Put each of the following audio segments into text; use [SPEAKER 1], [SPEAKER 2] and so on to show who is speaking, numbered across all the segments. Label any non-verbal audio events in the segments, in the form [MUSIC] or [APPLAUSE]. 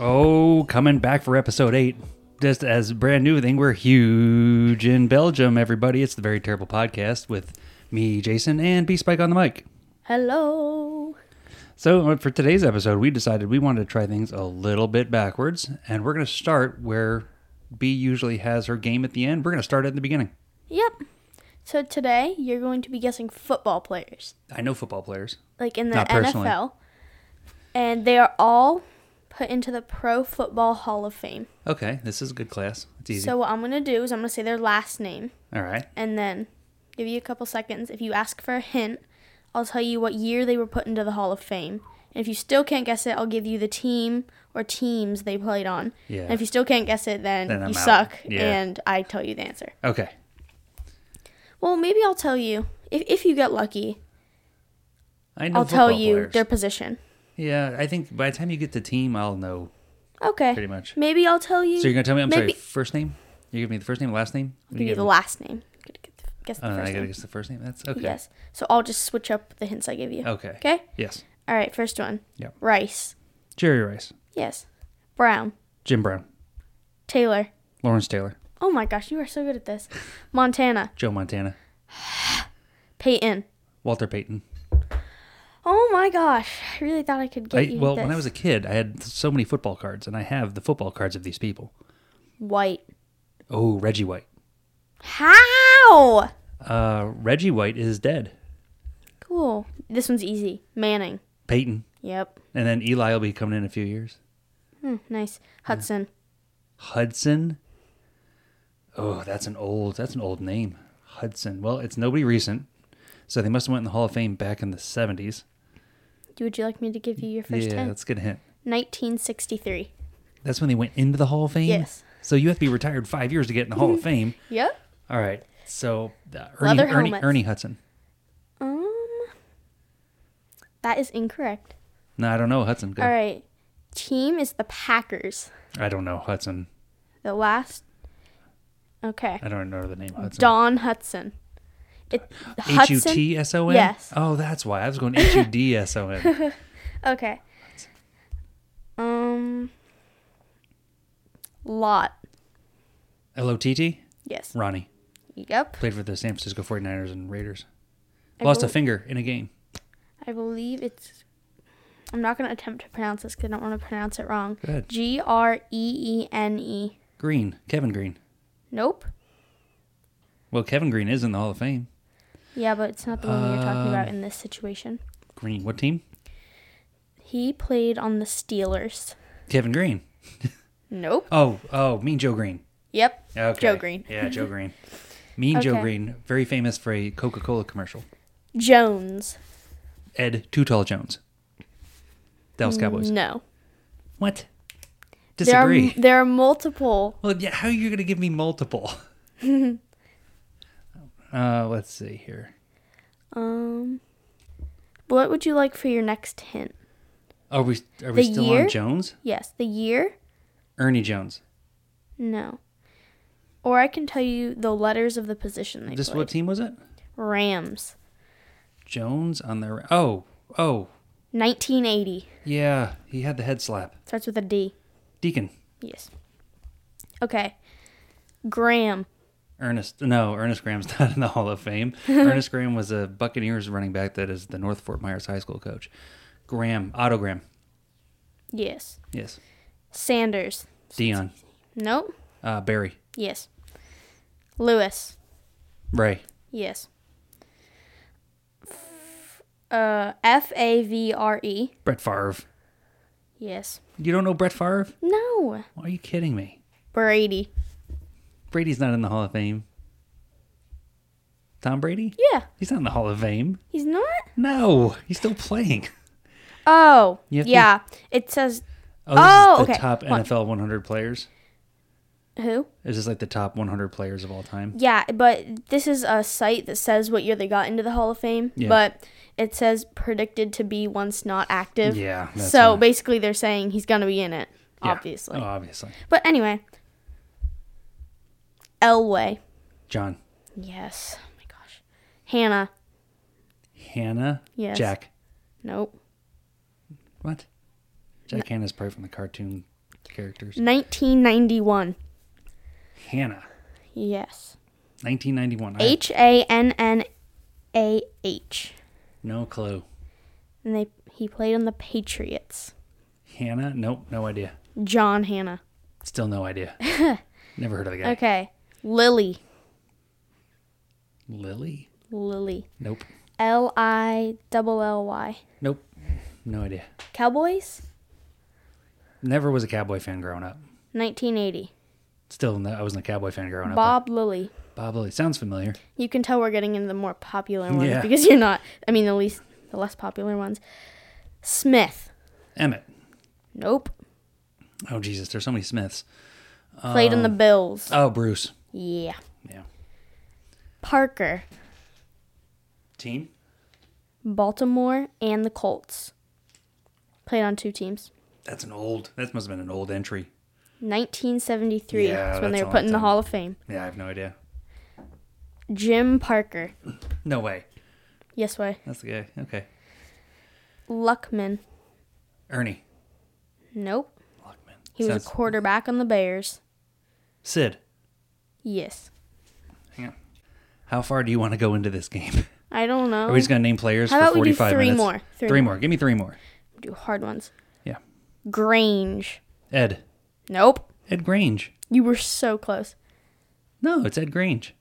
[SPEAKER 1] Oh, coming back for episode eight. Just as brand new thing, we're huge in Belgium, everybody. It's the Very Terrible Podcast with me, Jason, and B Spike on the mic.
[SPEAKER 2] Hello.
[SPEAKER 1] So, uh, for today's episode, we decided we wanted to try things a little bit backwards, and we're going to start where B usually has her game at the end. We're going to start at the beginning.
[SPEAKER 2] Yep. So today you're going to be guessing football players,
[SPEAKER 1] I know football players.
[SPEAKER 2] like in the
[SPEAKER 1] Not personally.
[SPEAKER 2] NFL, and they are all put into the Pro Football Hall of Fame.
[SPEAKER 1] Okay, this is a good class. It's easy.
[SPEAKER 2] So what I'm gonna do is I'm gonna say their last name,
[SPEAKER 1] All right.
[SPEAKER 2] and then give you a couple seconds. If you ask for a hint, I'll tell you what year they were put into the Hall of Fame. And if you still can't guess it, I'll give you the team or teams they played on.
[SPEAKER 1] Yeah.
[SPEAKER 2] And if you still can't guess it, then,
[SPEAKER 1] Then I'm
[SPEAKER 2] you
[SPEAKER 1] out.
[SPEAKER 2] suck,
[SPEAKER 1] Yeah.
[SPEAKER 2] and I tell you the answer.
[SPEAKER 1] Okay.
[SPEAKER 2] Well, maybe I'll tell you if if you get lucky.
[SPEAKER 1] I know
[SPEAKER 2] I'll tell
[SPEAKER 1] football
[SPEAKER 2] you
[SPEAKER 1] players.
[SPEAKER 2] their position.
[SPEAKER 1] Yeah, I think by the time you get the team, I'll know
[SPEAKER 2] Okay.
[SPEAKER 1] pretty much.
[SPEAKER 2] Maybe I'll tell you.
[SPEAKER 1] So you're gonna tell me? I'm sorry.
[SPEAKER 2] Maybe-
[SPEAKER 1] First name? You give me the first name, last name? What
[SPEAKER 2] I'll
[SPEAKER 1] do
[SPEAKER 2] give
[SPEAKER 1] you
[SPEAKER 2] you the
[SPEAKER 1] me?
[SPEAKER 2] last name. Gotta get the- Guess the
[SPEAKER 1] Oh,
[SPEAKER 2] first
[SPEAKER 1] I gotta
[SPEAKER 2] name.
[SPEAKER 1] guess the first name. That's okay.
[SPEAKER 2] Yes. So I'll just switch up the hints I give you.
[SPEAKER 1] Okay.
[SPEAKER 2] Okay.
[SPEAKER 1] Yes.
[SPEAKER 2] All right. First one.
[SPEAKER 1] Yep.
[SPEAKER 2] Rice.
[SPEAKER 1] Jerry Rice,
[SPEAKER 2] Yes. Brown.
[SPEAKER 1] Jim Brown,
[SPEAKER 2] Taylor.
[SPEAKER 1] Lawrence Taylor,
[SPEAKER 2] Oh my gosh, you are so good
[SPEAKER 1] [LAUGHS]
[SPEAKER 2] at this. Montana.
[SPEAKER 1] Joe Montana,
[SPEAKER 2] Peyton.
[SPEAKER 1] Walter Payton.
[SPEAKER 2] Oh my gosh, I really thought I could get
[SPEAKER 1] I,
[SPEAKER 2] you.
[SPEAKER 1] well,
[SPEAKER 2] this.
[SPEAKER 1] when I was a kid, I had so many football cards, and I have the football cards of these people.
[SPEAKER 2] white.
[SPEAKER 1] Oh, Reggie White.
[SPEAKER 2] How?
[SPEAKER 1] Uh, Reggie White is dead.
[SPEAKER 2] Cool. This one's easy. Manning.
[SPEAKER 1] Payton,
[SPEAKER 2] Yep.
[SPEAKER 1] and then Eli will be coming in a few years.
[SPEAKER 2] Hmm, nice. Hudson.
[SPEAKER 1] Hudson. Oh, that's an old that's an old name. Hudson. Well, it's nobody recent. So they must have went in the Hall of Fame back in the 70s.
[SPEAKER 2] Would you like me to give you your first
[SPEAKER 1] yeah,
[SPEAKER 2] hint?
[SPEAKER 1] that's a good hint.
[SPEAKER 2] 1963.
[SPEAKER 1] That's when they went into the Hall of Fame.
[SPEAKER 2] Yes.
[SPEAKER 1] So you have to be retired 5 years to get in the Hall
[SPEAKER 2] [LAUGHS]
[SPEAKER 1] of Fame.
[SPEAKER 2] Yep.
[SPEAKER 1] All right. So uh, Ernie
[SPEAKER 2] Leather
[SPEAKER 1] Ernie,
[SPEAKER 2] helmets.
[SPEAKER 1] Ernie Hudson.
[SPEAKER 2] Um, that is incorrect.
[SPEAKER 1] No, I don't know Hudson. Go.
[SPEAKER 2] All right, team is the Packers.
[SPEAKER 1] I don't know Hudson.
[SPEAKER 2] The last. Okay,
[SPEAKER 1] I don't know the name Hudson.
[SPEAKER 2] Don Hudson. It
[SPEAKER 1] H U
[SPEAKER 2] Hudson.
[SPEAKER 1] T S O N.
[SPEAKER 2] Yes.
[SPEAKER 1] Oh, that's why I was going H U D S O
[SPEAKER 2] [LAUGHS]
[SPEAKER 1] N.
[SPEAKER 2] Okay. Um. Lot.
[SPEAKER 1] L O T T.
[SPEAKER 2] Yes.
[SPEAKER 1] Ronnie
[SPEAKER 2] Yep.
[SPEAKER 1] played for the San Francisco 49ers and Raiders.
[SPEAKER 2] I
[SPEAKER 1] Lost a
[SPEAKER 2] bel-
[SPEAKER 1] finger in a game.
[SPEAKER 2] I believe it's. I'm not gonna attempt to pronounce this because I don't want to pronounce it wrong.
[SPEAKER 1] Go ahead.
[SPEAKER 2] G R E E N E.
[SPEAKER 1] Green, Kevin Green.
[SPEAKER 2] Nope.
[SPEAKER 1] Well, Kevin Green is in the Hall of Fame.
[SPEAKER 2] Yeah, but it's not the one you're talking about in this situation.
[SPEAKER 1] Green, what team?
[SPEAKER 2] He played on the Steelers.
[SPEAKER 1] Kevin Green.
[SPEAKER 2] Nope.
[SPEAKER 1] Oh, oh, Mean Joe Green.
[SPEAKER 2] Yep.
[SPEAKER 1] Okay.
[SPEAKER 2] Joe Green.
[SPEAKER 1] Yeah, Joe Green. Mean Joe
[SPEAKER 2] Okay.
[SPEAKER 1] Green, very famous for a Coca Cola commercial.
[SPEAKER 2] Jones.
[SPEAKER 1] Ed Too Tall Jones. Dallas Cowboys.
[SPEAKER 2] No.
[SPEAKER 1] What?
[SPEAKER 2] Mm. There are,
[SPEAKER 1] Disagree.
[SPEAKER 2] there are multiple.
[SPEAKER 1] [LAUGHS] Well, yeah, how are you going to give me
[SPEAKER 2] [LAUGHS]
[SPEAKER 1] multiple? uh, let's see here.
[SPEAKER 2] Um, what would you like for your next hint?
[SPEAKER 1] Are we are we
[SPEAKER 2] The
[SPEAKER 1] still
[SPEAKER 2] year?
[SPEAKER 1] on Jones?
[SPEAKER 2] Yes, the year?
[SPEAKER 1] Ernie Jones.
[SPEAKER 2] No. Or I can tell you the letters of the position they
[SPEAKER 1] This
[SPEAKER 2] played.
[SPEAKER 1] what team was it?
[SPEAKER 2] Rams.
[SPEAKER 1] Jones on the Oh, oh.
[SPEAKER 2] 1980.
[SPEAKER 1] Yeah, he had the head slap.
[SPEAKER 2] Starts with a D.
[SPEAKER 1] Deacon.
[SPEAKER 2] Yes. Okay. Graham.
[SPEAKER 1] Ernest, no, Ernest Graham's [LAUGHS] not in the Hall of
[SPEAKER 2] [LAUGHS]
[SPEAKER 1] Fame. Ernest Graham was a Buccaneers running back that is the North Fort Myers High School coach. Graham, Otto Graham,
[SPEAKER 2] Yes.
[SPEAKER 1] yes.
[SPEAKER 2] Sanders.
[SPEAKER 1] Dion,
[SPEAKER 2] Nope.
[SPEAKER 1] uh, Barry,
[SPEAKER 2] Yes. Lewis.
[SPEAKER 1] Ray,
[SPEAKER 2] Yes. F- uh, F A V R E.
[SPEAKER 1] Brett Favre.
[SPEAKER 2] Yes.
[SPEAKER 1] You don't know Brett Favre?
[SPEAKER 2] No.
[SPEAKER 1] Why are you kidding me?
[SPEAKER 2] Brady.
[SPEAKER 1] Brady's not in the Hall of Fame. Tom Brady?
[SPEAKER 2] Yeah.
[SPEAKER 1] He's not in the Hall of Fame.
[SPEAKER 2] He's not.
[SPEAKER 1] No, he's still playing.
[SPEAKER 2] Oh.
[SPEAKER 1] You have to-
[SPEAKER 2] Yeah. It says
[SPEAKER 1] Oh, this is
[SPEAKER 2] Oh,
[SPEAKER 1] the
[SPEAKER 2] okay.
[SPEAKER 1] top
[SPEAKER 2] Hold on.
[SPEAKER 1] NFL 100 players.
[SPEAKER 2] who?
[SPEAKER 1] Is this like the top 100 players of all time?
[SPEAKER 2] Yeah, but this is a site that says what year they got into the Hall of Fame,
[SPEAKER 1] Yeah.
[SPEAKER 2] but it says predicted to be once not active.
[SPEAKER 1] Yeah, that's
[SPEAKER 2] So
[SPEAKER 1] what I-
[SPEAKER 2] basically, they're saying he's gonna be in it,
[SPEAKER 1] Yeah.
[SPEAKER 2] obviously.
[SPEAKER 1] Oh, obviously.
[SPEAKER 2] But anyway, Elway.
[SPEAKER 1] John,
[SPEAKER 2] Yes. Oh my gosh. Hannah.
[SPEAKER 1] Hannah,
[SPEAKER 2] Yes.
[SPEAKER 1] Jack.
[SPEAKER 2] Nope.
[SPEAKER 1] What? Jack Hanna's probably from the cartoon characters.
[SPEAKER 2] 1991.
[SPEAKER 1] Hannah,
[SPEAKER 2] Yes.
[SPEAKER 1] 1991. I have
[SPEAKER 2] H A N N A H.
[SPEAKER 1] no clue.
[SPEAKER 2] And they he played on the Patriots.
[SPEAKER 1] Hannah, nope, no idea.
[SPEAKER 2] John Hannah.
[SPEAKER 1] Still no
[SPEAKER 2] [LAUGHS]
[SPEAKER 1] idea. Never heard of the guy.
[SPEAKER 2] Okay. Lily.
[SPEAKER 1] Lily,
[SPEAKER 2] Lily.
[SPEAKER 1] nope,
[SPEAKER 2] L I double L Y.
[SPEAKER 1] nope, no idea.
[SPEAKER 2] Cowboys?
[SPEAKER 1] Never was a cowboy fan growing up.
[SPEAKER 2] 1980.
[SPEAKER 1] Still, no, I wasn't a cowboy fan growing up.
[SPEAKER 2] Bob Lilly.
[SPEAKER 1] but Bob Lilly sounds familiar.
[SPEAKER 2] You can tell we're getting into the more popular ones
[SPEAKER 1] Yeah.
[SPEAKER 2] because you're not. I mean, the least, the less popular ones. Smith.
[SPEAKER 1] Emmett.
[SPEAKER 2] Nope.
[SPEAKER 1] Oh Jesus, there's so many Smiths.
[SPEAKER 2] Played on the Bills.
[SPEAKER 1] Oh Bruce.
[SPEAKER 2] yeah.
[SPEAKER 1] Yeah.
[SPEAKER 2] Parker.
[SPEAKER 1] Team.
[SPEAKER 2] Baltimore and the Colts. Played on two teams.
[SPEAKER 1] That's an old. That must have been an old entry.
[SPEAKER 2] 1973
[SPEAKER 1] Yeah,
[SPEAKER 2] is when
[SPEAKER 1] that's
[SPEAKER 2] they
[SPEAKER 1] a
[SPEAKER 2] were
[SPEAKER 1] long
[SPEAKER 2] put in the
[SPEAKER 1] time.
[SPEAKER 2] Hall of Fame.
[SPEAKER 1] Yeah, I have no idea.
[SPEAKER 2] Jim Parker.
[SPEAKER 1] No way.
[SPEAKER 2] Yes way.
[SPEAKER 1] That's the guy. Okay.
[SPEAKER 2] Luckman.
[SPEAKER 1] Ernie.
[SPEAKER 2] Nope.
[SPEAKER 1] Luckman.
[SPEAKER 2] He was a
[SPEAKER 1] Sounds-
[SPEAKER 2] quarterback on the Bears.
[SPEAKER 1] Sid.
[SPEAKER 2] Yes.
[SPEAKER 1] Hang on. How far do you want to go into this game?
[SPEAKER 2] I don't know.
[SPEAKER 1] Are we just Oh, gonna name players
[SPEAKER 2] How
[SPEAKER 1] for
[SPEAKER 2] about we do
[SPEAKER 1] 45
[SPEAKER 2] three
[SPEAKER 1] minutes?
[SPEAKER 2] more? Three
[SPEAKER 1] Three
[SPEAKER 2] more.
[SPEAKER 1] more. Give me three more.
[SPEAKER 2] do hard ones.
[SPEAKER 1] Yeah.
[SPEAKER 2] Grange.
[SPEAKER 1] Ed.
[SPEAKER 2] Nope.
[SPEAKER 1] Ed Grange.
[SPEAKER 2] You were so close.
[SPEAKER 1] No, it's Ed Grange.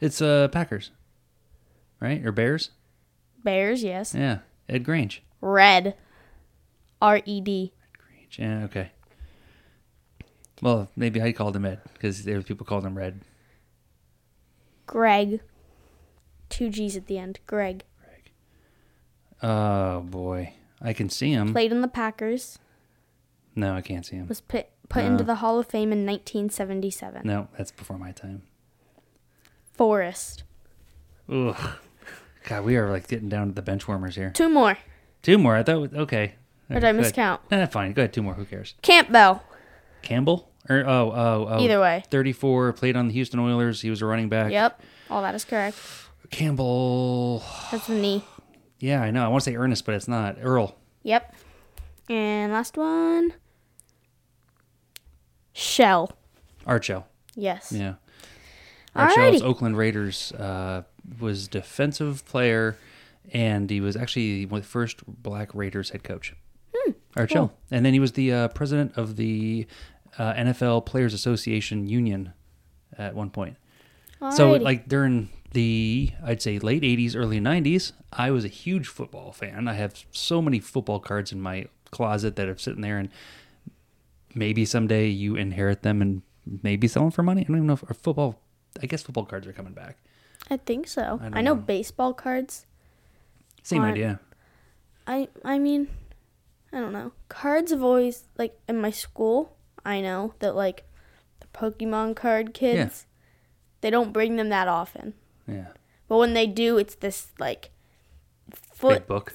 [SPEAKER 1] It's uh Packers. Right or Bears?
[SPEAKER 2] Bears, yes.
[SPEAKER 1] Yeah. Ed Grange.
[SPEAKER 2] Red. R E D.
[SPEAKER 1] Grange. Yeah, okay. Well, maybe I called him Ed because there were people called him Red.
[SPEAKER 2] Greg. Two G's at the end. Greg.
[SPEAKER 1] Oh boy, I can see him.
[SPEAKER 2] Played in the Packers.
[SPEAKER 1] No, I can't see him.
[SPEAKER 2] Was put put into the Hall of Fame in 1977.
[SPEAKER 1] No, that's before my time.
[SPEAKER 2] Forrest.
[SPEAKER 1] Ugh. God, we are like getting down to the bench warmers here.
[SPEAKER 2] Two more.
[SPEAKER 1] Two more. I thought. Okay.
[SPEAKER 2] Or
[SPEAKER 1] All
[SPEAKER 2] did I
[SPEAKER 1] right, go ahead.
[SPEAKER 2] miscount?
[SPEAKER 1] Eh, fine. Go ahead. Two more. Who cares?
[SPEAKER 2] Campbell.
[SPEAKER 1] Campbell. Or oh oh oh.
[SPEAKER 2] Either way.
[SPEAKER 1] Thirty-four. Played on the Houston Oilers. He was a running back.
[SPEAKER 2] Yep. All that is correct.
[SPEAKER 1] Campbell.
[SPEAKER 2] That's the knee.
[SPEAKER 1] Yeah, I know. I want to say Ernest, but it's not Earl.
[SPEAKER 2] Yep. And last one. Shell.
[SPEAKER 1] Archel.
[SPEAKER 2] Yes.
[SPEAKER 1] Yeah. Archel's
[SPEAKER 2] Alrighty.
[SPEAKER 1] Oakland Raiders uh, was defensive player, and he was actually the first black Raiders head coach. Hmm, Archel, and then he was the uh, president of the uh, NFL Players Association Union at one point. So,
[SPEAKER 2] Alrighty.
[SPEAKER 1] like during the I'd say late '80s, early '90s, I was a huge football fan. I have so many football cards in my closet that are sitting there, and maybe someday you inherit them and maybe sell them for money. I don't even know if or football. I guess football cards are coming back.
[SPEAKER 2] I think so.
[SPEAKER 1] I don't
[SPEAKER 2] I, know
[SPEAKER 1] know.
[SPEAKER 2] baseball cards.
[SPEAKER 1] Same
[SPEAKER 2] Aren't-
[SPEAKER 1] idea.
[SPEAKER 2] I I mean, I don't know. Cards have always like in my school. I know that like the Pokemon card kids, they don't bring them that often.
[SPEAKER 1] Yeah,
[SPEAKER 2] But when they do, it's this like foot
[SPEAKER 1] big book.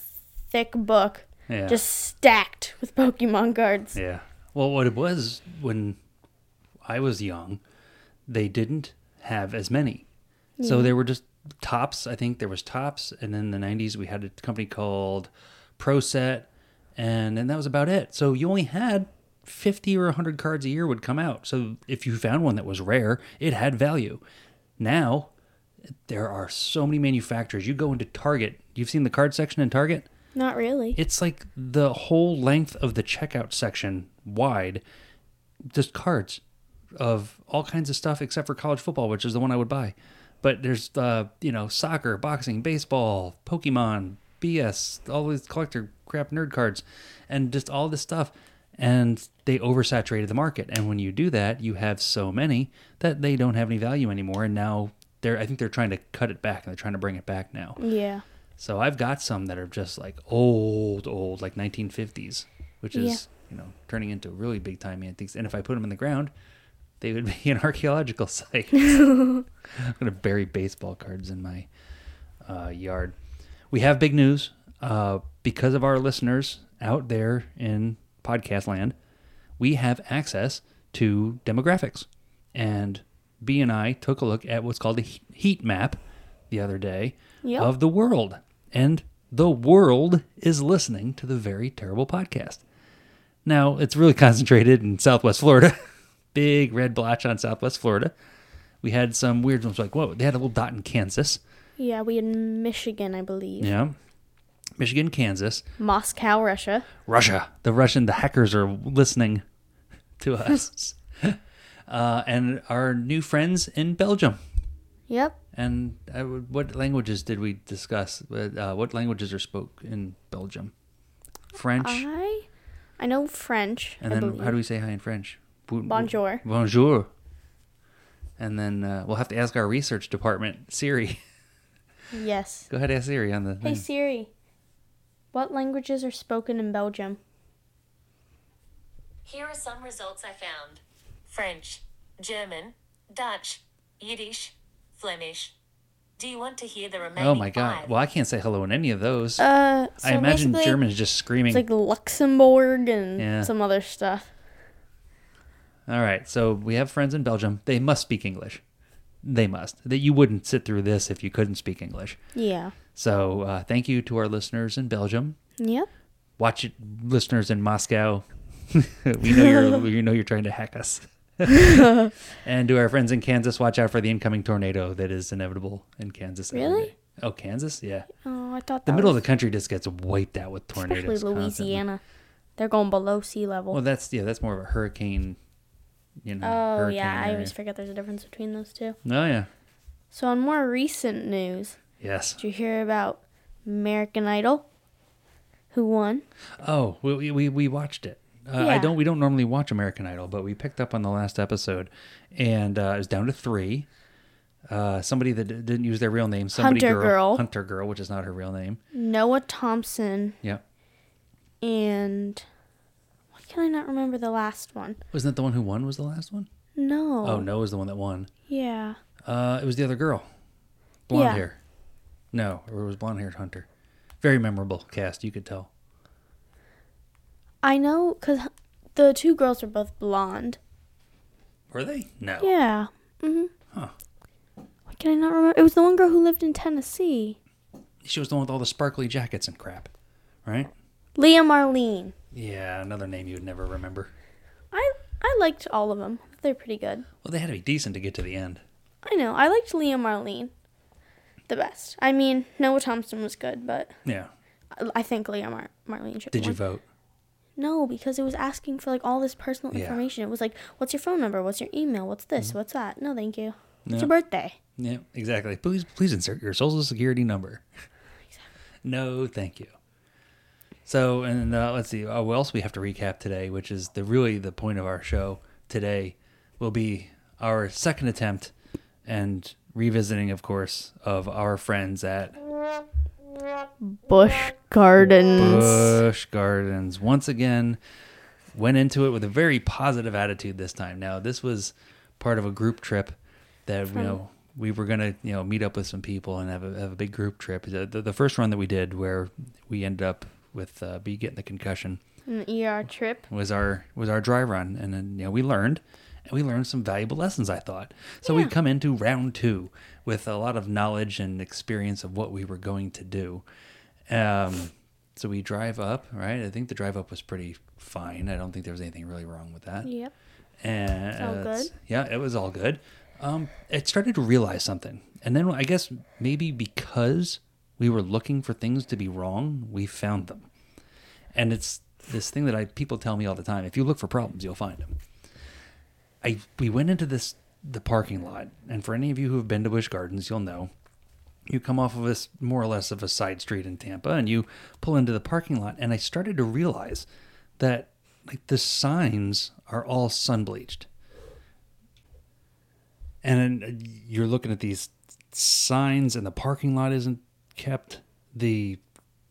[SPEAKER 2] thick book
[SPEAKER 1] Yeah,
[SPEAKER 2] just stacked with Pokemon cards.
[SPEAKER 1] yeah. Well, what it was when I was young, they didn't have as many, so they were just tops. I think there was tops, and then the '90s we had a company called ProSet, and and that was about it. So you only had. 50 or 100 cards a year would come out. So if you found one that was rare, it had value. Now there are so many manufacturers. You go into Target. You've seen the card section in Target?
[SPEAKER 2] Not really.
[SPEAKER 1] It's like the whole length of the checkout section wide, just cards of all kinds of stuff except for college football, which is the one I would buy. But there's uh, you know, soccer, boxing, baseball, Pokemon, BS, all these collector crap nerd cards and just all this stuff. And they oversaturated the market. And when you do that, you have so many that they don't have any value anymore. And now they're I think they're trying to cut it back and they're trying to bring it back now.
[SPEAKER 2] yeah.
[SPEAKER 1] So I've got some that are just like old, old, like 1950s, which is you know turning into really big time antiques. And if I put them in the ground, they would [LAUGHS] be an archaeological site. I'm gonna bury baseball cards in my uh, yard. We have big news uh, because of our listeners out there in podcast land. We have access to demographics, and B and I took a look at what's called a he- heat map the other day
[SPEAKER 2] Yep.
[SPEAKER 1] of the world, and the world is listening to the very terrible podcast. Now it's really [LAUGHS] concentrated in Southwest Florida. [LAUGHS] Big red blotch on Southwest Florida. We had some weird ones like, whoa, they had a little dot in Kansas.
[SPEAKER 2] Yeah, we in Michigan, I believe.
[SPEAKER 1] Yeah. Michigan, Kansas,
[SPEAKER 2] Moscow, Russia.
[SPEAKER 1] Russia. The Russian, the hackers are listening
[SPEAKER 2] [LAUGHS]
[SPEAKER 1] to us. uh, and our new friends in Belgium.
[SPEAKER 2] Yep.
[SPEAKER 1] And I would, what languages did we discuss? Uh, what languages are spoke in Belgium? French.
[SPEAKER 2] Uh, I I know French.
[SPEAKER 1] and
[SPEAKER 2] I
[SPEAKER 1] then
[SPEAKER 2] believe.
[SPEAKER 1] how do we say hi in French? Bu- bu-
[SPEAKER 2] Bonjour.
[SPEAKER 1] Bonjour. And then uh, we'll have to ask our research department, Siri. [LAUGHS]
[SPEAKER 2] Yes.
[SPEAKER 1] Go ahead, ask Siri on the.
[SPEAKER 2] Hey
[SPEAKER 1] thing.
[SPEAKER 2] Siri, what languages are spoken in Belgium?
[SPEAKER 3] Here are some results I found French, German, Dutch, Yiddish, Flemish. Do you want to hear the remaining
[SPEAKER 1] oh my God!
[SPEAKER 3] five?
[SPEAKER 1] Well, I can't say hello in any of those.
[SPEAKER 2] Uh,
[SPEAKER 1] I imagine German is just screaming.
[SPEAKER 2] It's like Luxembourg and
[SPEAKER 1] Yeah.
[SPEAKER 2] some other stuff.
[SPEAKER 1] All right, so we have friends in Belgium. They must speak English. They must. That you wouldn't sit through this if you couldn't speak English.
[SPEAKER 2] Yeah.
[SPEAKER 1] So uh, thank you to our listeners in Belgium.
[SPEAKER 2] Yep.
[SPEAKER 1] Watch it, listeners in Moscow. [LAUGHS] we know
[SPEAKER 2] [LAUGHS]
[SPEAKER 1] you're. we know you're trying to hack us. and to our friends in Kansas, watch out for the incoming tornado that is inevitable in Kansas. every
[SPEAKER 2] Really?
[SPEAKER 1] day. Oh, Kansas? Yeah.
[SPEAKER 2] Oh, I thought
[SPEAKER 1] The
[SPEAKER 2] that
[SPEAKER 1] middle of
[SPEAKER 2] was
[SPEAKER 1] the country just gets wiped out with tornadoes.
[SPEAKER 2] especially
[SPEAKER 1] constantly.
[SPEAKER 2] Louisiana. They're going below sea level.
[SPEAKER 1] Well, that's yeah. That's more of a hurricane. You know.
[SPEAKER 2] oh
[SPEAKER 1] hurricane
[SPEAKER 2] yeah, I
[SPEAKER 1] area.
[SPEAKER 2] always forget there's a difference between those two.
[SPEAKER 1] Oh yeah.
[SPEAKER 2] So on more recent news,
[SPEAKER 1] Yes.
[SPEAKER 2] did you hear about American Idol? Who won?
[SPEAKER 1] Oh, we- we we, we watched it. Uh, I
[SPEAKER 2] Yeah.
[SPEAKER 1] don't. We don't normally watch American Idol, but we picked up on the last episode, and uh, it was down to three. Uh, somebody that d- didn't use their real name, somebody
[SPEAKER 2] Hunter Girl.
[SPEAKER 1] Hunter girl, which is not her real name.
[SPEAKER 2] Noah Thompson
[SPEAKER 1] Yeah,
[SPEAKER 2] and why can I not remember the last one?
[SPEAKER 1] wasn't that the one who won? Was the last one?
[SPEAKER 2] No.
[SPEAKER 1] Oh, no, was the one that won.
[SPEAKER 2] Yeah.
[SPEAKER 1] Uh, it was the other girl, blonde
[SPEAKER 2] Yeah.
[SPEAKER 1] hair. No, or it was blonde haired Hunter. Very memorable cast. You could tell.
[SPEAKER 2] I know cuz the two girls are both blonde.
[SPEAKER 1] Were they? No.
[SPEAKER 2] Yeah. Mhm.
[SPEAKER 1] Huh.
[SPEAKER 2] Why can I not remember? It was the one girl who lived in Tennessee.
[SPEAKER 1] She was the one with all the sparkly jackets and crap, right?
[SPEAKER 2] Leah Marlene.
[SPEAKER 1] Yeah, another name you would never remember.
[SPEAKER 2] I I liked all of them. They're pretty good.
[SPEAKER 1] Well, they had to be decent to get to the end.
[SPEAKER 2] I know. I liked Leah Marlene the best. I mean, Noah Thompson was good, but
[SPEAKER 1] Yeah.
[SPEAKER 2] I- I think Leah Mar- Marlene should.
[SPEAKER 1] Did you
[SPEAKER 2] won.
[SPEAKER 1] vote?
[SPEAKER 2] No, because it was asking for like all this personal
[SPEAKER 1] Yeah. Mm-hmm.
[SPEAKER 2] information. It was like, what's your phone number? What's your email? What's this? What's that? No, thank you.
[SPEAKER 1] Yeah.
[SPEAKER 2] It's your birthday.
[SPEAKER 1] Yeah, exactly. Please, please insert your social security [LAUGHS] number. no, thank you. So, and uh, let's see uh, what else we have to recap today, which is the really the point of our show today will be our second attempt and revisiting, of course, of our friends at
[SPEAKER 2] Bush Gardens.
[SPEAKER 1] Bush Gardens once again went into it with a very positive attitude this time. Now this was part of a group trip that you know we were gonna you know meet up with some people and have a have a big group trip. The, the, the first run that we did where we ended up with uh, be getting the concussion
[SPEAKER 2] An ER trip.
[SPEAKER 1] was our was our dry run, and then you know we learned, and we learned some valuable lessons. I thought so. We
[SPEAKER 2] Yeah.
[SPEAKER 1] come into round two with a lot of knowledge and experience of what we were going to do. Um, so we drive up, right? I think the drive up was pretty fine. I don't think there was anything really wrong with that.
[SPEAKER 2] Yep.
[SPEAKER 1] And
[SPEAKER 2] all
[SPEAKER 1] uh, it's-
[SPEAKER 2] good.
[SPEAKER 1] Yeah, it was all good. Um, it started to realize something, and then I guess maybe because we were looking for things to be wrong, we found them. And it's this thing that I people tell me all the time: if you look for problems, you'll find them. I we went into this the parking lot, and for any of you who have been to Busch Gardens, you'll know you come off of this more or less of a side street in Tampa and you pull into the parking lot and I started to realize that like the signs are all sun bleached. And then uh, you're looking at these signs and the parking lot isn't kept. The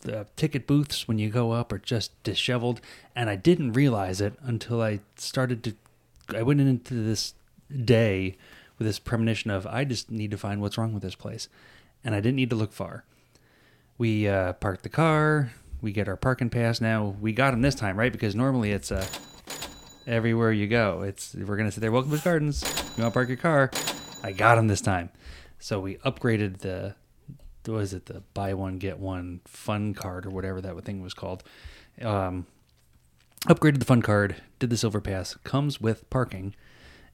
[SPEAKER 1] the ticket booths when you go up are just disheveled and I didn't realize it until I started to I went into this day with this premonition of I just need to find what's wrong with this place, and I didn't need to look far. We uh, parked the car. We get our parking pass now. We got him this time, right? Because normally it's uh, everywhere you go. It's we're gonna sit there. Welcome to Gardens. You want to park your car? I got him this time. So we upgraded the what was it the buy one get one fun card or whatever that thing was called. Um, upgraded the fun card, did the silver pass, comes with parking,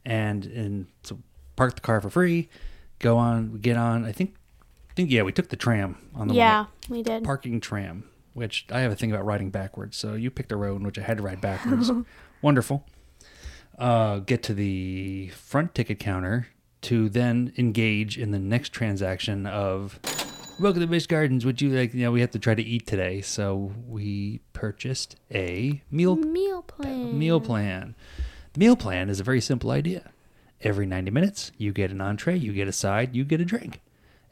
[SPEAKER 1] and and so park the car for free. Go on, get on. I think, I think yeah, we took the tram on the way
[SPEAKER 2] yeah, we did.
[SPEAKER 1] parking tram, which I have a thing about riding backwards. So you picked a road in which I had to ride backwards. Wonderful. Uh, get to the front ticket counter to then engage in the next transaction of welcome to Busch Gardens. Would you like? You know, we have to try to eat today, so we purchased a meal
[SPEAKER 2] meal plan.
[SPEAKER 1] meal plan. The meal plan is a very simple idea. Every 90 minutes, you get an entree, you get a side, you get a drink.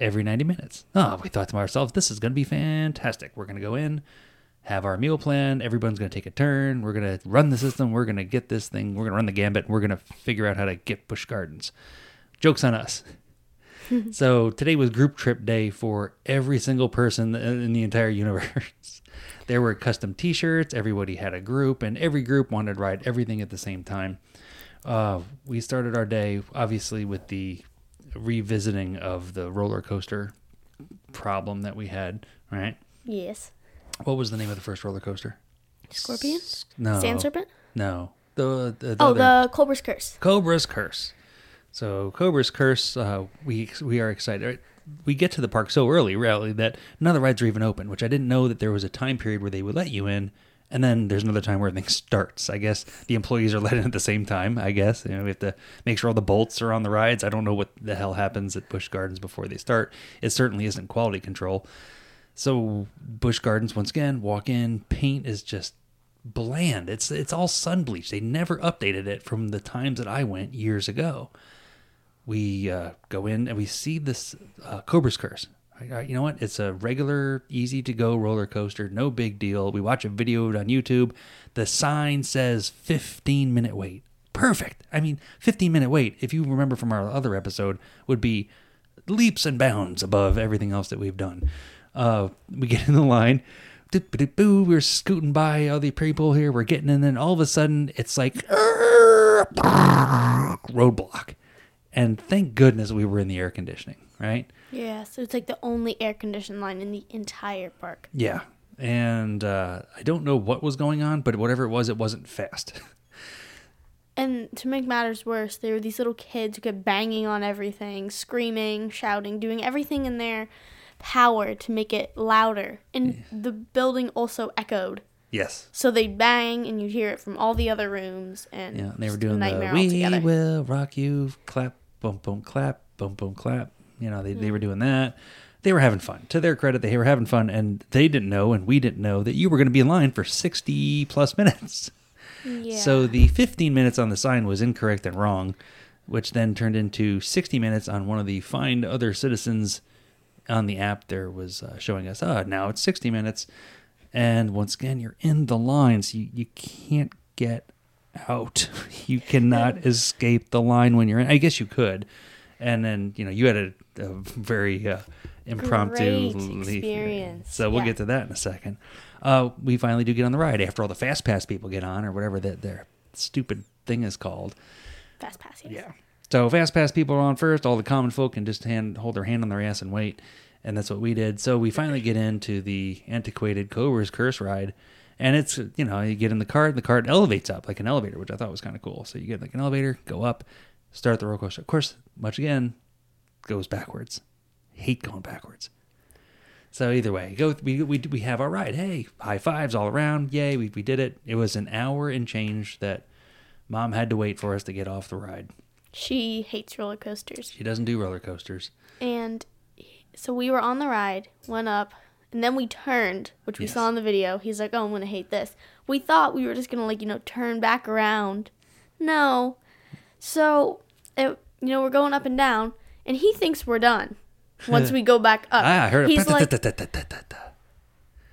[SPEAKER 1] Every 90 minutes. Oh, we thought to ourselves, this is going to be fantastic. We're going to go in, have our meal plan. Everyone's going to take a turn. We're going to run the system. We're going to get this thing. We're going to run the gambit. We're going to figure out how to get Bush Gardens. Joke's on us. so today was group trip day for every single person in the entire universe. [LAUGHS] there were custom T-shirts. Everybody had a group, and every group wanted to ride everything at the same time. Uh, we started our day obviously with the revisiting of the roller coaster problem that we had. Right?
[SPEAKER 2] Yes.
[SPEAKER 1] What was the name of the first roller coaster?
[SPEAKER 2] Scorpion?
[SPEAKER 1] No.
[SPEAKER 2] Sand serpent?
[SPEAKER 1] No. The, the, the
[SPEAKER 2] Oh,
[SPEAKER 1] other-
[SPEAKER 2] the Cobra's curse.
[SPEAKER 1] Cobra's Curse. So Cobra's Curse, uh, we we are excited. We get to the park so early, really, that none of the rides are even open. Which I didn't know that there was a time period where they would let you in, and then there's another time where everything [LAUGHS] starts. I guess the employees are [LAUGHS] let in at the same time. I guess you know, we have to make sure all the bolts are on the rides. I don't know what the hell happens at Busch Gardens before they start. It certainly isn't quality control. So Bush Gardens once again, walk in, paint is just bland. It's it's all sun bleached. They never updated it from the times that I went years ago. We uh, go in and we see this uh, Cobra's Curse. I- I- you know what? It's a regular, easy to go roller coaster. No big deal. We watch a video of it on YouTube. The sign says 15 minute wait. Perfect. I mean, 15 minute wait, if you remember from our other episode, would be leaps and bounds above everything else that we've done. Uh, we get in the line. Boo, we're scooting by all the people here. We're getting in, and then all of a sudden, it's like roadblock. And thank goodness we were in the air conditioning, right?
[SPEAKER 2] Yeah, so it's like the only air conditioned line in the entire park.
[SPEAKER 1] Yeah. And uh, I don't know what was going on, but whatever it was, it wasn't fast. [LAUGHS]
[SPEAKER 2] And to make matters worse, there were these little kids who kept banging on everything, screaming, shouting, doing everything in their power to make it louder. And the building also echoed.
[SPEAKER 1] yes.
[SPEAKER 2] So they'd bang and you'd hear it from all the other rooms and
[SPEAKER 1] Yeah, and they were
[SPEAKER 2] just a
[SPEAKER 1] doing the
[SPEAKER 2] nightmare
[SPEAKER 1] "We
[SPEAKER 2] altogether.
[SPEAKER 1] will rock you," clap, boom, boom, clap, boom, boom, clap. You know, they, they
[SPEAKER 2] Hmm.
[SPEAKER 1] were doing that. They were having fun. To their credit, they were having fun, and they didn't know, and we didn't know that you were going to be in line for sixty plus minutes. [LAUGHS]
[SPEAKER 2] yeah.
[SPEAKER 1] So the fifteen minutes on the sign was incorrect and wrong, which then turned into sixty minutes on one of the find other citizens on the app. There was uh, showing us, ah, now it's sixty minutes, and once again you're in the line, so you, you can't get out. [LAUGHS] You cannot escape the line when you're in. I guess you could. And then you know you had a, a very uh, impromptu
[SPEAKER 2] Great
[SPEAKER 1] leaf-
[SPEAKER 2] experience.
[SPEAKER 1] So we'll
[SPEAKER 2] Yeah.
[SPEAKER 1] get to that in a second. Uh, we finally do get on the ride after all the fast pass people get on or whatever that their stupid thing is called.
[SPEAKER 2] fast pass. yes.
[SPEAKER 1] So fast pass people are on first. All the common folk can just hand hold their hand on their ass and wait, and that's what we did. So we finally get into the antiquated Cobra's Curse ride, and it's you know you get in the cart, the cart elevates up like an elevator, which I thought was kind of cool. So you get like an elevator, go up, start the roller coaster. Of course, much again, goes backwards. Hate going backwards. So either way, go. We, we we have our ride. Hey, high fives all around. Yay, we we did it. It was an hour and change that mom had to wait for us to get off the ride.
[SPEAKER 2] She hates roller coasters.
[SPEAKER 1] She doesn't do roller coasters.
[SPEAKER 2] And he- so we were on the ride, went up, and then we turned, which we
[SPEAKER 1] Yes.
[SPEAKER 2] saw in the video. He's like, "Oh, I'm gonna hate this." We thought we were just gonna like you know turn back around. No. So it, you know we're going up and down, and he thinks we're done.
[SPEAKER 1] [LAUGHS]
[SPEAKER 2] Once we go back up,
[SPEAKER 1] Ah, I heard
[SPEAKER 2] he's
[SPEAKER 1] it.
[SPEAKER 2] like,
[SPEAKER 1] [LAUGHS] Da-da-da-da-da-da-da.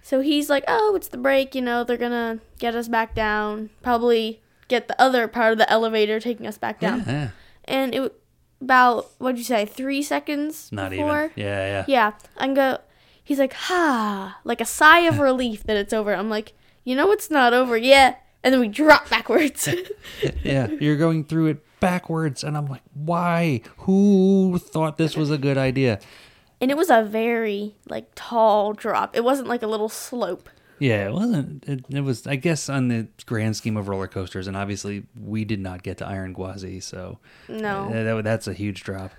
[SPEAKER 2] So he's like, "Oh, it's the break. You know, they're gonna get us back down. Probably get the other part of the elevator taking us back down."
[SPEAKER 1] Yeah,
[SPEAKER 2] And it about what'd you say? Three seconds.
[SPEAKER 1] not
[SPEAKER 2] before?
[SPEAKER 1] even. Yeah, yeah.
[SPEAKER 2] Yeah, and go. He's like, "Ha!" Like a sigh of relief that it's over. I'm like, "You know, it's not over yet." And then we drop backwards.
[SPEAKER 1] Yeah, you're going through it backwards, and I'm like, why? Who thought this was a good idea?
[SPEAKER 2] and it was a very like tall drop. It wasn't like a little slope.
[SPEAKER 1] Yeah, it wasn't. It, it was, I guess, on the grand scheme of roller coasters, and obviously we did not get to Iron Gwazi, so
[SPEAKER 2] No.
[SPEAKER 1] uh, that, that's a huge drop.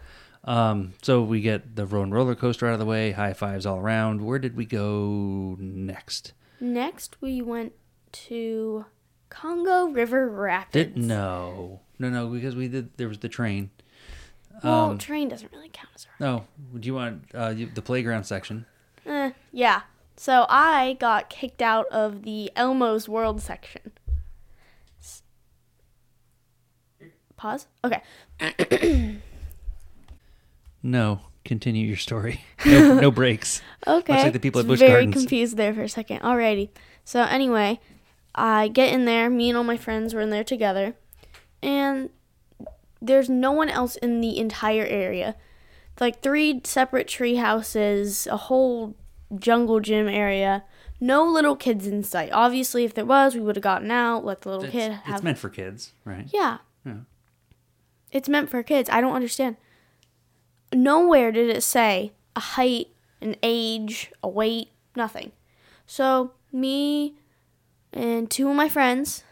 [SPEAKER 1] Um, so we get the Roan roller coaster out of the way, high fives all around. Where did we go next?
[SPEAKER 2] Next, we went to Congo River Rapids.
[SPEAKER 1] Did no, no, no, because we did. There was the train.
[SPEAKER 2] Well, train doesn't really count as a
[SPEAKER 1] No, do you want uh, you- the playground section?
[SPEAKER 2] Eh, yeah. So I got kicked out of the Elmo's World section. S- Pause. Okay.
[SPEAKER 1] No, continue your [LAUGHS] story. No, no breaks.
[SPEAKER 2] Okay.
[SPEAKER 1] like the people at
[SPEAKER 2] It's
[SPEAKER 1] Busch
[SPEAKER 2] very
[SPEAKER 1] Gardens.
[SPEAKER 2] confused there for a second. Alrighty. So anyway, I get in there. Me and all my friends were in there together, and there's no one else in the entire area. It's like three separate tree houses, a whole jungle gym area. No little kids in sight. Obviously, if there was, we would have gotten out. Let the little
[SPEAKER 1] It's,
[SPEAKER 2] kid
[SPEAKER 1] it's
[SPEAKER 2] have.
[SPEAKER 1] meant for kids, right?
[SPEAKER 2] yeah.
[SPEAKER 1] Yeah.
[SPEAKER 2] It's meant for kids. I don't understand. Nowhere did it say a height, an age, a weight, nothing. So, me and two of my friends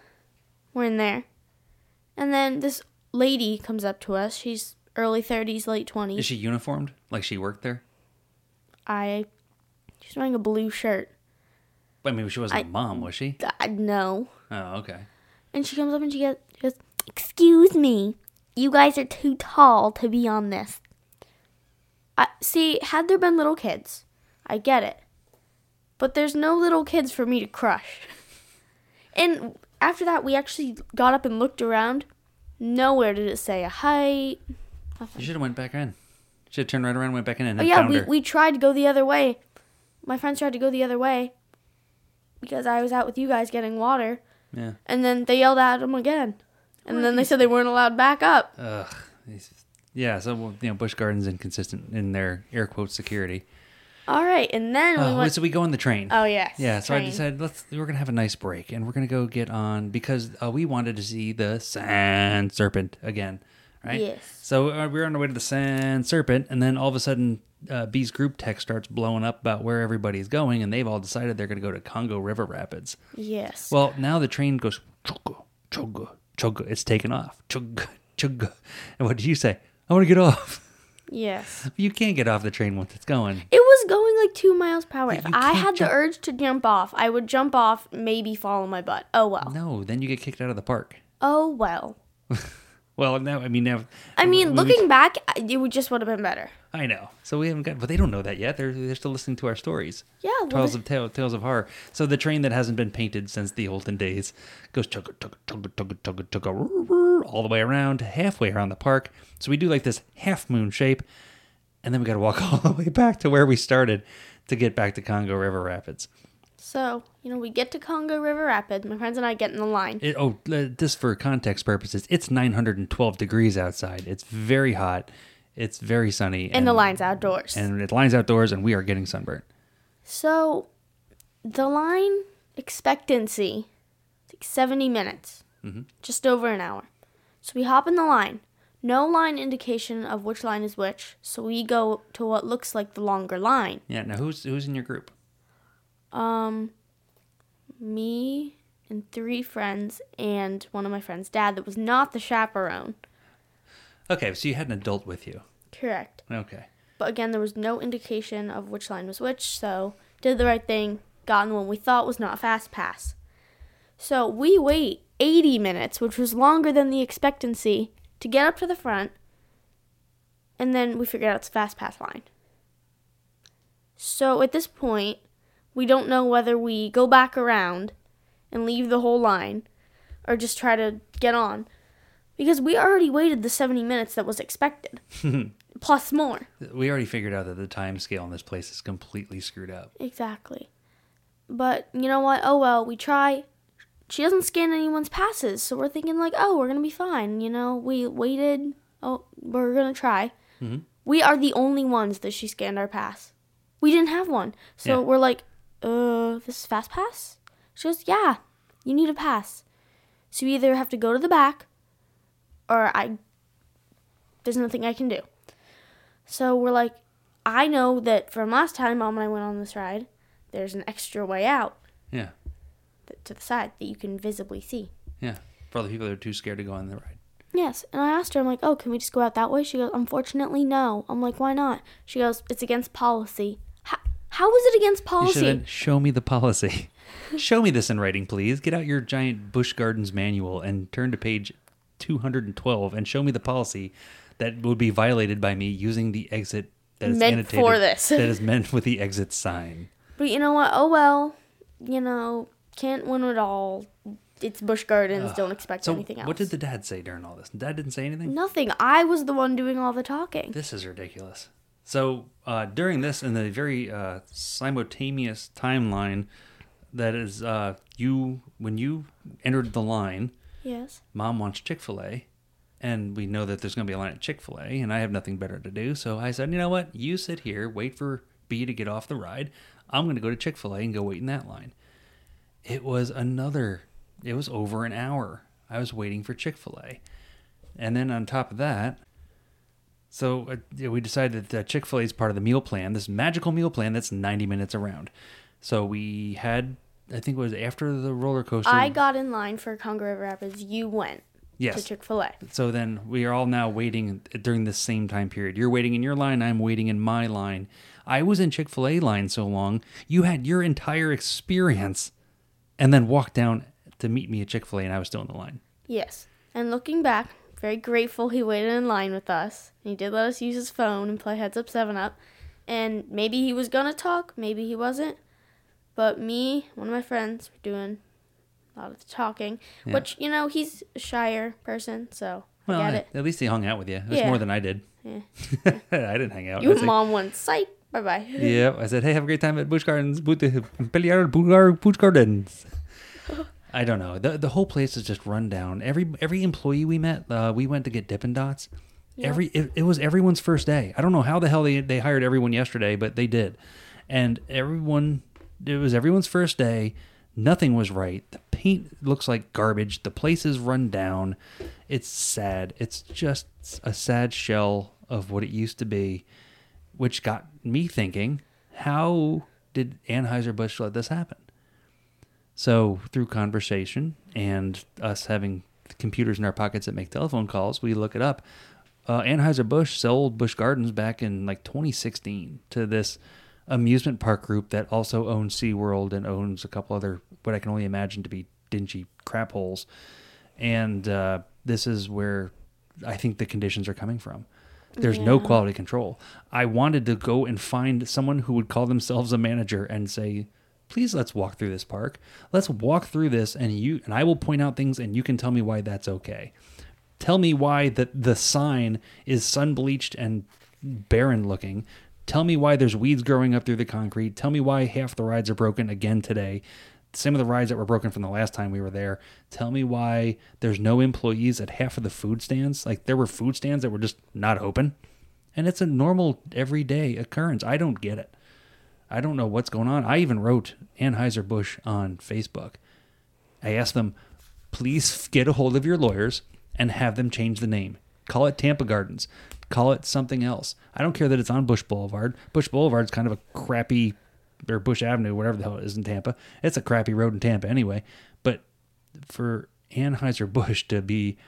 [SPEAKER 2] were in there. And then this lady comes up to us. She's early 30s, late 20s.
[SPEAKER 1] Is she uniformed? Like she worked there?
[SPEAKER 2] I she's wearing a blue shirt.
[SPEAKER 1] I mean, she wasn't a
[SPEAKER 2] I-
[SPEAKER 1] mom, was she?
[SPEAKER 2] I, no.
[SPEAKER 1] Oh, okay.
[SPEAKER 2] And she comes up and she goes, she goes, "Excuse me, you guys are too tall to be on this." I see. Had there been little kids, I get it, but there's no little kids for me to crush. [LAUGHS] And after that, we actually got up and looked around. Nowhere did it say a height.
[SPEAKER 1] You should have went back in. Should have turned right around, and went back in, and
[SPEAKER 2] Oh
[SPEAKER 1] then
[SPEAKER 2] yeah,
[SPEAKER 1] found
[SPEAKER 2] we,
[SPEAKER 1] her.
[SPEAKER 2] we tried to go the other way. My friends tried to go the other way because I was out with you guys getting water,
[SPEAKER 1] Yeah.
[SPEAKER 2] and then they yelled at them again, and then they said they weren't allowed back up.
[SPEAKER 1] Ugh. These- Yeah. So well, you know, Bush Gardens inconsistent in their air quote security.
[SPEAKER 2] All right, and then we
[SPEAKER 1] Oh,
[SPEAKER 2] went.
[SPEAKER 1] so we go on the train.
[SPEAKER 2] oh yes.
[SPEAKER 1] Yeah, so I
[SPEAKER 2] train.
[SPEAKER 1] decided let's we're gonna have a nice break, and we're gonna go get on because uh, we wanted to see the Sand Serpent again, right?
[SPEAKER 2] Yes.
[SPEAKER 1] So uh, we were on our way to the Sand Serpent, and then all of a sudden, uh, B's group text starts blowing up about where everybody's going, and they've all decided they're gonna go to Congo River Rapids.
[SPEAKER 2] Yes.
[SPEAKER 1] Well, now the train goes chugga, chugga, chugga. It's taken off, chugga, chugga. And what did you say? I want to get off. [LAUGHS]
[SPEAKER 2] yes.
[SPEAKER 1] You can't get off the train once it's going.
[SPEAKER 2] It was going like two miles per hour. If
[SPEAKER 1] you
[SPEAKER 2] I
[SPEAKER 1] can't
[SPEAKER 2] had
[SPEAKER 1] jump-
[SPEAKER 2] the urge to jump off, I would jump off, maybe fall on my butt. Oh well.
[SPEAKER 1] No, then you get kicked out of the park.
[SPEAKER 2] Oh well.
[SPEAKER 1] Well, now I mean now.
[SPEAKER 2] I mean,
[SPEAKER 1] we-
[SPEAKER 2] looking back, I- it would just would have been better.
[SPEAKER 1] I know. So we haven't got, but they don't know that yet. They're they're still listening to our stories.
[SPEAKER 2] Yeah, well,
[SPEAKER 1] Tales
[SPEAKER 2] they-
[SPEAKER 1] of tale, tales of horror. So the train that hasn't been painted since the olden days goes chugga chugga chugga chugga chugga chugga rrr, rrr, all the way around, halfway around the park. So we do like this half moon shape, and then we got to walk [LAUGHS] all the way back to where we started to get back to Congo River Rapids.
[SPEAKER 2] So you know, we get to Congo River Rapids. My friends and I get in the line.
[SPEAKER 1] It, oh, uh, just for context purposes, it's 912 degrees outside. It's very hot. It's very sunny.
[SPEAKER 2] and the line's outdoors.
[SPEAKER 1] And it lines outdoors, and we are getting sunburnt.
[SPEAKER 2] so the line expectancy is like 70 minutes, just over an hour. So we hop in the line. No line indication of which line is which, so we go to what looks like the longer line.
[SPEAKER 1] Yeah. Now, who's who's in your group?
[SPEAKER 2] Um, me and three friends and one of my friends' dad that was not the chaperone.
[SPEAKER 1] Okay, so you had an adult with you.
[SPEAKER 2] Correct.
[SPEAKER 1] Okay.
[SPEAKER 2] But again, there was no indication of which line was which, so did the right thing, got in the one we thought was not a fast pass. So we wait 80 minutes, which was longer than the expectancy, to get up to the front, and then we figured out it's a fast pass line. So at this point, we don't know whether we go back around and leave the whole line or just try to get on because we already waited the 70 minutes that was expected, plus more.
[SPEAKER 1] We already figured out that the time scale in this place is completely screwed up.
[SPEAKER 2] Exactly. But you know what? Oh well, we try. She doesn't scan anyone's passes, so we're thinking like, oh, we're gonna be fine. You know, we waited. Oh, we're gonna try.
[SPEAKER 1] Mm-hmm.
[SPEAKER 2] We are the only ones that she scanned our pass. We didn't have one, so
[SPEAKER 1] Yeah.
[SPEAKER 2] we're like, uh, this is fast pass. She goes, yeah, you need a pass. So you either have to go to the back, or I. There's nothing I can do. So we're like, I know that from last time, mom and I went on this ride. There's an extra way out.
[SPEAKER 1] Yeah.
[SPEAKER 2] th- to the side that you can visibly see.
[SPEAKER 1] Yeah. For all the people that are too scared to go on the ride.
[SPEAKER 2] Yes, and I asked her, I'm like, oh, can we just go out that way? She goes, unfortunately, no. I'm like, why not? She goes, it's against policy. How, how is it against
[SPEAKER 1] You should
[SPEAKER 2] policy?
[SPEAKER 1] have been, show me the policy. [LAUGHS] show me this in writing, please. Get out your giant Bush Gardens manual and turn to page 212 and show me the policy that would be violated by me using the exit that is
[SPEAKER 2] Meant
[SPEAKER 1] annotated,
[SPEAKER 2] for
[SPEAKER 1] [LAUGHS]
[SPEAKER 2] this.
[SPEAKER 1] that is meant with the exit sign.
[SPEAKER 2] But you know what? Oh well. You know, can't win it all. It's Bush Gardens. Don't expect
[SPEAKER 1] So,
[SPEAKER 2] anything else.
[SPEAKER 1] what did the dad say during all this? Dad didn't say anything.
[SPEAKER 2] Nothing. I was the one doing all the talking.
[SPEAKER 1] This is ridiculous. So uh, during this and the very uh, simultaneous timeline that is uh, you when you entered the line,
[SPEAKER 2] Yes.
[SPEAKER 1] mom wants Chick fil A, and we know that there's going to be a line at Chick fil A, and I have nothing better to do. So I said, you know what? You sit here, wait for B to get off the ride. I'm going to go to Chick fil A and go wait in that line. It was another, it was over an hour. I was waiting for Chick fil A. And then on top of that, so uh, yeah, we decided that uh, Chick fil A is part of the meal plan, this magical meal plan that's 90 minutes around. So we had, I think it was after the roller coaster.
[SPEAKER 2] I got in line for Congo River Rapids. You went
[SPEAKER 1] yes.
[SPEAKER 2] to Chick Fil A.
[SPEAKER 1] So then we are all now waiting during this same time period. You're waiting in your line, I'm waiting in my line. I was in Chick fil A line so long, you had your entire experience and then walked down to meet me at Chick fil A and I was still in the line.
[SPEAKER 2] Yes. And looking back, very grateful he waited in line with us. He did let us use his phone and play Heads Up 7 Up. And maybe he was gonna talk, maybe he wasn't. But me, one of my friends, were doing a lot of the talking.
[SPEAKER 1] Yeah.
[SPEAKER 2] Which, you know, he's a shyer person, so
[SPEAKER 1] Well,
[SPEAKER 2] I get
[SPEAKER 1] I-
[SPEAKER 2] it.
[SPEAKER 1] at least he hung out with you. It was
[SPEAKER 2] Yeah.
[SPEAKER 1] more than I did.
[SPEAKER 2] Yeah.
[SPEAKER 1] [LAUGHS] I didn't hang out. I
[SPEAKER 2] You
[SPEAKER 1] was like,
[SPEAKER 2] mom went psych. Bye bye.
[SPEAKER 1] yeah, I said, hey, have a great time at Busch Gardens, Busch Busch Gardens. I don't know. The, the whole place is just run down. Every every employee we met, uh, we went to get Dippin' Dots. Every it, it was everyone's first day. I don't know how the hell they, they hired everyone yesterday, but they did. And everyone, it was everyone's first day. Nothing was right. The paint looks like garbage. The place is run down. It's sad. It's just a sad shell of what it used to be which got me thinking, how did Anheuser-Busch let this happen? So, through conversation and us having computers in our pockets that make telephone calls, we look it up. Uh, Anheuser-Busch sold Busch Gardens back in like 2016 to this amusement park group that also owns SeaWorld and owns a couple other, what I can only imagine to be dingy crap holes. And uh, this is where I think the conditions are coming from. There's no quality control. I wanted to go and find someone who would call themselves a manager and say, "Please let's walk through this park. Let's walk through this and you and I will point out things and you can tell me why that's okay. Tell me why that the sign is sun bleached and barren looking. Tell me why there's weeds growing up through the concrete. Tell me why half the rides are broken again today. Some of the rides that were broken from the last time we were there. Tell me why there's no employees at half of the food stands. Like there were food stands that were just not open. And it's a normal everyday occurrence. I don't get it. I don't know what's going on. I even wrote Anheuser-Busch on Facebook. I asked them, please get a hold of your lawyers and have them change the name. Call it Tampa Gardens. Call it something else. I don't care that it's on Bush Boulevard. Bush Boulevard's kind of a crappy, or Bush Avenue, whatever the hell it is in Tampa. It's a crappy road in Tampa anyway. But for Anheuser-Busch to be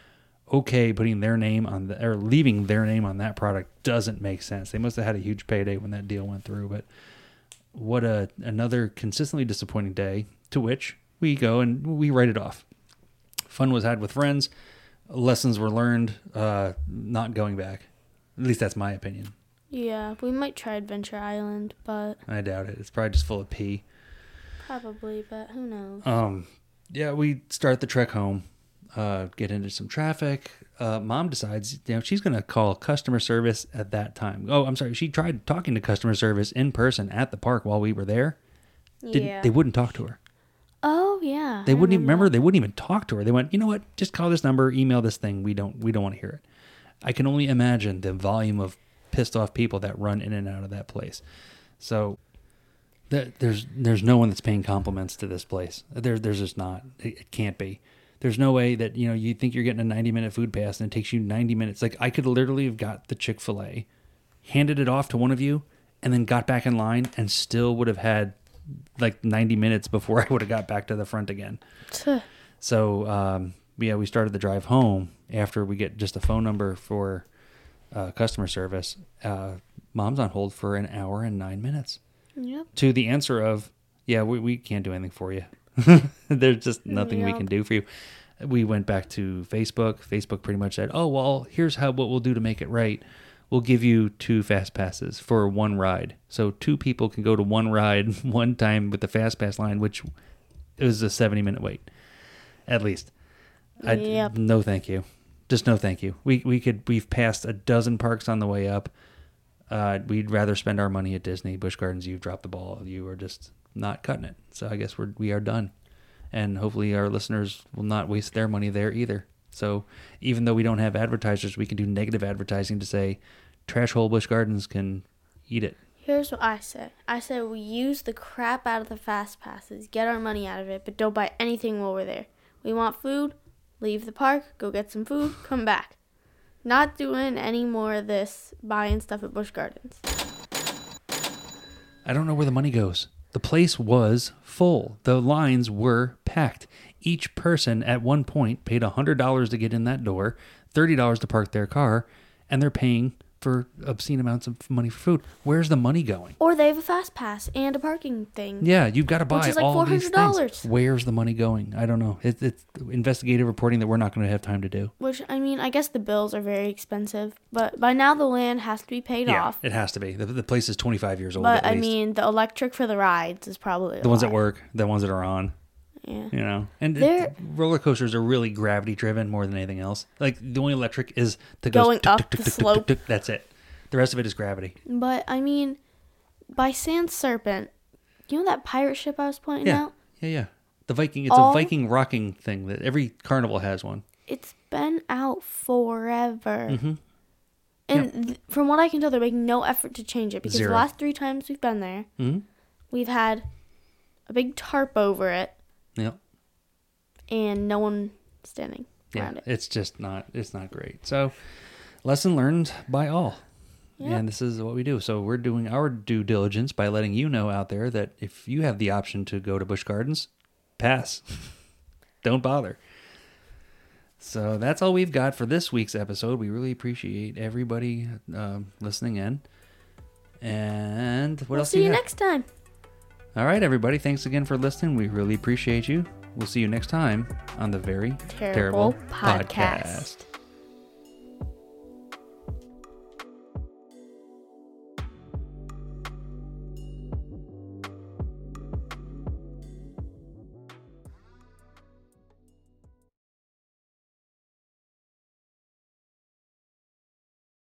[SPEAKER 1] okay putting their name on the, or leaving their name on that product doesn't make sense. They must have had a huge payday when that deal went through. But what a another consistently disappointing day to which we go and we write it off fun was had with friends lessons were learned uh not going back at least that's my opinion
[SPEAKER 2] Yeah, we might try Adventure Island, but
[SPEAKER 1] i doubt it it's probably just full of pee
[SPEAKER 2] probably, but who knows?
[SPEAKER 1] um yeah we start the trek home uh get into some traffic uh mom decides you know she's gonna call customer service at that time oh i'm sorry she tried talking to customer service in person at the park while we were there Didn't,
[SPEAKER 2] yeah.
[SPEAKER 1] they wouldn't talk to her
[SPEAKER 2] oh yeah.
[SPEAKER 1] They
[SPEAKER 2] I
[SPEAKER 1] wouldn't even remember. They wouldn't even talk to her. They went, you know what? Just call this number, email this thing. We don't. We don't want to hear it. I can only imagine the volume of pissed off people that run in and out of that place. So th- there's there's no one that's paying compliments to this place. There there's just not. It, it can't be. There's no way that you know you think you're getting a 90 minute food pass and it takes you 90 minutes. Like I could literally have got the Chick fil A, handed it off to one of you, and then got back in line and still would have had like 90 minutes before [LAUGHS] I would have got back to the front again.
[SPEAKER 2] Tuh.
[SPEAKER 1] So um, yeah, we started the drive home after we get just a phone number for uh, customer service. Uh, mom's on hold for an hour and nine minutes
[SPEAKER 2] Yep.
[SPEAKER 1] to the answer of yeah we, we can't do anything for you [LAUGHS] there's just nothing we
[SPEAKER 2] Yeah.
[SPEAKER 1] can do for you we went back to facebook facebook pretty much said oh well here's how what we'll do to make it right we'll give you two fast passes for one ride so two people can go to one ride [LAUGHS] one time with the fast pass line which is a 70 minute wait at least I,
[SPEAKER 2] Yep.
[SPEAKER 1] no thank you just no thank you we, we could we've passed a dozen parks on the way up uh, we'd rather spend our money at Disney, Busch Gardens. You've dropped the ball. You are just not cutting it. So I guess we're we are done, and hopefully our listeners will not waste their money there either. So even though we don't have advertisers, we can do negative advertising to say, trash hole Busch Gardens can eat it.
[SPEAKER 2] Here's what I say. I say we use the crap out of the fast passes, get our money out of it, but don't buy anything while we're there. We want food, leave the park, go get some food, come back. Not doing any more of this buying stuff at Busch Gardens.
[SPEAKER 1] I don't know where the money goes. The place was full. The lines were packed. Each person at one point paid $100 to get in that door, $30 to park their car, and they're paying for obscene amounts of money for food. Where's the money going?
[SPEAKER 2] Or they have a fast pass and a parking thing.
[SPEAKER 1] Yeah, you've got to buy
[SPEAKER 2] is like
[SPEAKER 1] all these things.
[SPEAKER 2] $400.
[SPEAKER 1] Where's the money going? I don't know. It's, it's investigative reporting that we're not going to have time to do.
[SPEAKER 2] Which I mean, I guess the bills are very expensive, but by now the land has to be paid off.
[SPEAKER 1] it has to be. The, the place is 25 years old
[SPEAKER 2] But
[SPEAKER 1] at
[SPEAKER 2] I
[SPEAKER 1] least.
[SPEAKER 2] mean, the electric for the rides is probably a
[SPEAKER 1] the ones
[SPEAKER 2] lot.
[SPEAKER 1] that work, the ones that are on.
[SPEAKER 2] Yeah.
[SPEAKER 1] you know and it-
[SPEAKER 2] There-
[SPEAKER 1] roller coasters are really gravity driven more than anything else like the only electric is to
[SPEAKER 2] Going up the slope.
[SPEAKER 1] that's it the rest of it is gravity
[SPEAKER 2] But I mean, by Sand Serpent, you know that pirate ship I was pointing
[SPEAKER 1] yeah
[SPEAKER 2] out?
[SPEAKER 1] yeah yeah the viking it's a
[SPEAKER 2] All-
[SPEAKER 1] viking rocking thing that every carnival has one
[SPEAKER 2] It's been out forever.
[SPEAKER 1] Mm-hmm.
[SPEAKER 2] And th- from what I can tell, they're making no effort to change it because
[SPEAKER 1] Zero.
[SPEAKER 2] the last three times we've been there,
[SPEAKER 1] Mhm.
[SPEAKER 2] we've had a big tarp over it
[SPEAKER 1] yeah
[SPEAKER 2] and no one standing
[SPEAKER 1] yeah
[SPEAKER 2] around it.
[SPEAKER 1] it's just not it's not great so lesson learned by all and this is what we do so we're doing our due diligence by letting you know out there that if you have the option to go to bush gardens pass [LAUGHS] don't bother So that's all we've got for this week's episode. We really appreciate everybody um, listening in. And what
[SPEAKER 2] We'll
[SPEAKER 1] else?
[SPEAKER 2] see you
[SPEAKER 1] got?
[SPEAKER 2] next time.
[SPEAKER 1] All right, everybody. Thanks again for listening. We really appreciate you. We'll see you next time on the very
[SPEAKER 2] Terrible Podcast.
[SPEAKER 1] podcast.